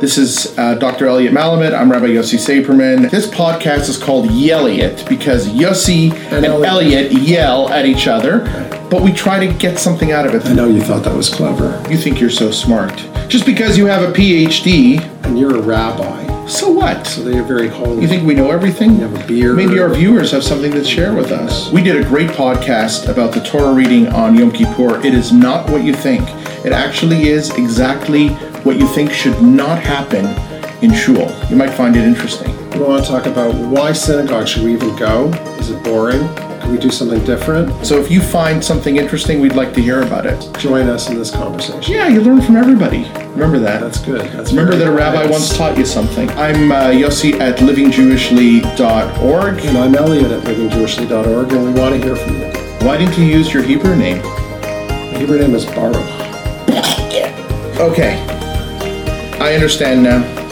This is uh, Dr. Elliot Malamed. I'm Rabbi Yossi Saperman. This podcast is called Yell It because Yossi and, Elliot. yell at each other, but we try to get something out of I it. know you thought that was clever. You think you're so smart. Just because you have a PhD, And you're a rabbi, so what? so they are very holy. You think we know everything? You have a beard. Maybe our viewers have something to share with us. We did a great podcast about the Torah reading on Yom Kippur. It is not what you think. It actually is exactly what you think should not happen in shul. You might find it interesting. we want to talk about why synagogue? Should we even go? Is it boring? Can we do something different? So if you find something interesting, we'd like to hear about it. Join us in this conversation. Yeah, you learn from everybody. Remember that. That's good. That's Remember very that a rabbi nice. once taught you something. I'm uh, Yossi at livingjewishly.org. And I'm Elliot at livingjewishly.org, and we want to hear from you. Why didn't you use your Hebrew name? My Hebrew name is Baruch. Okay. I understand now.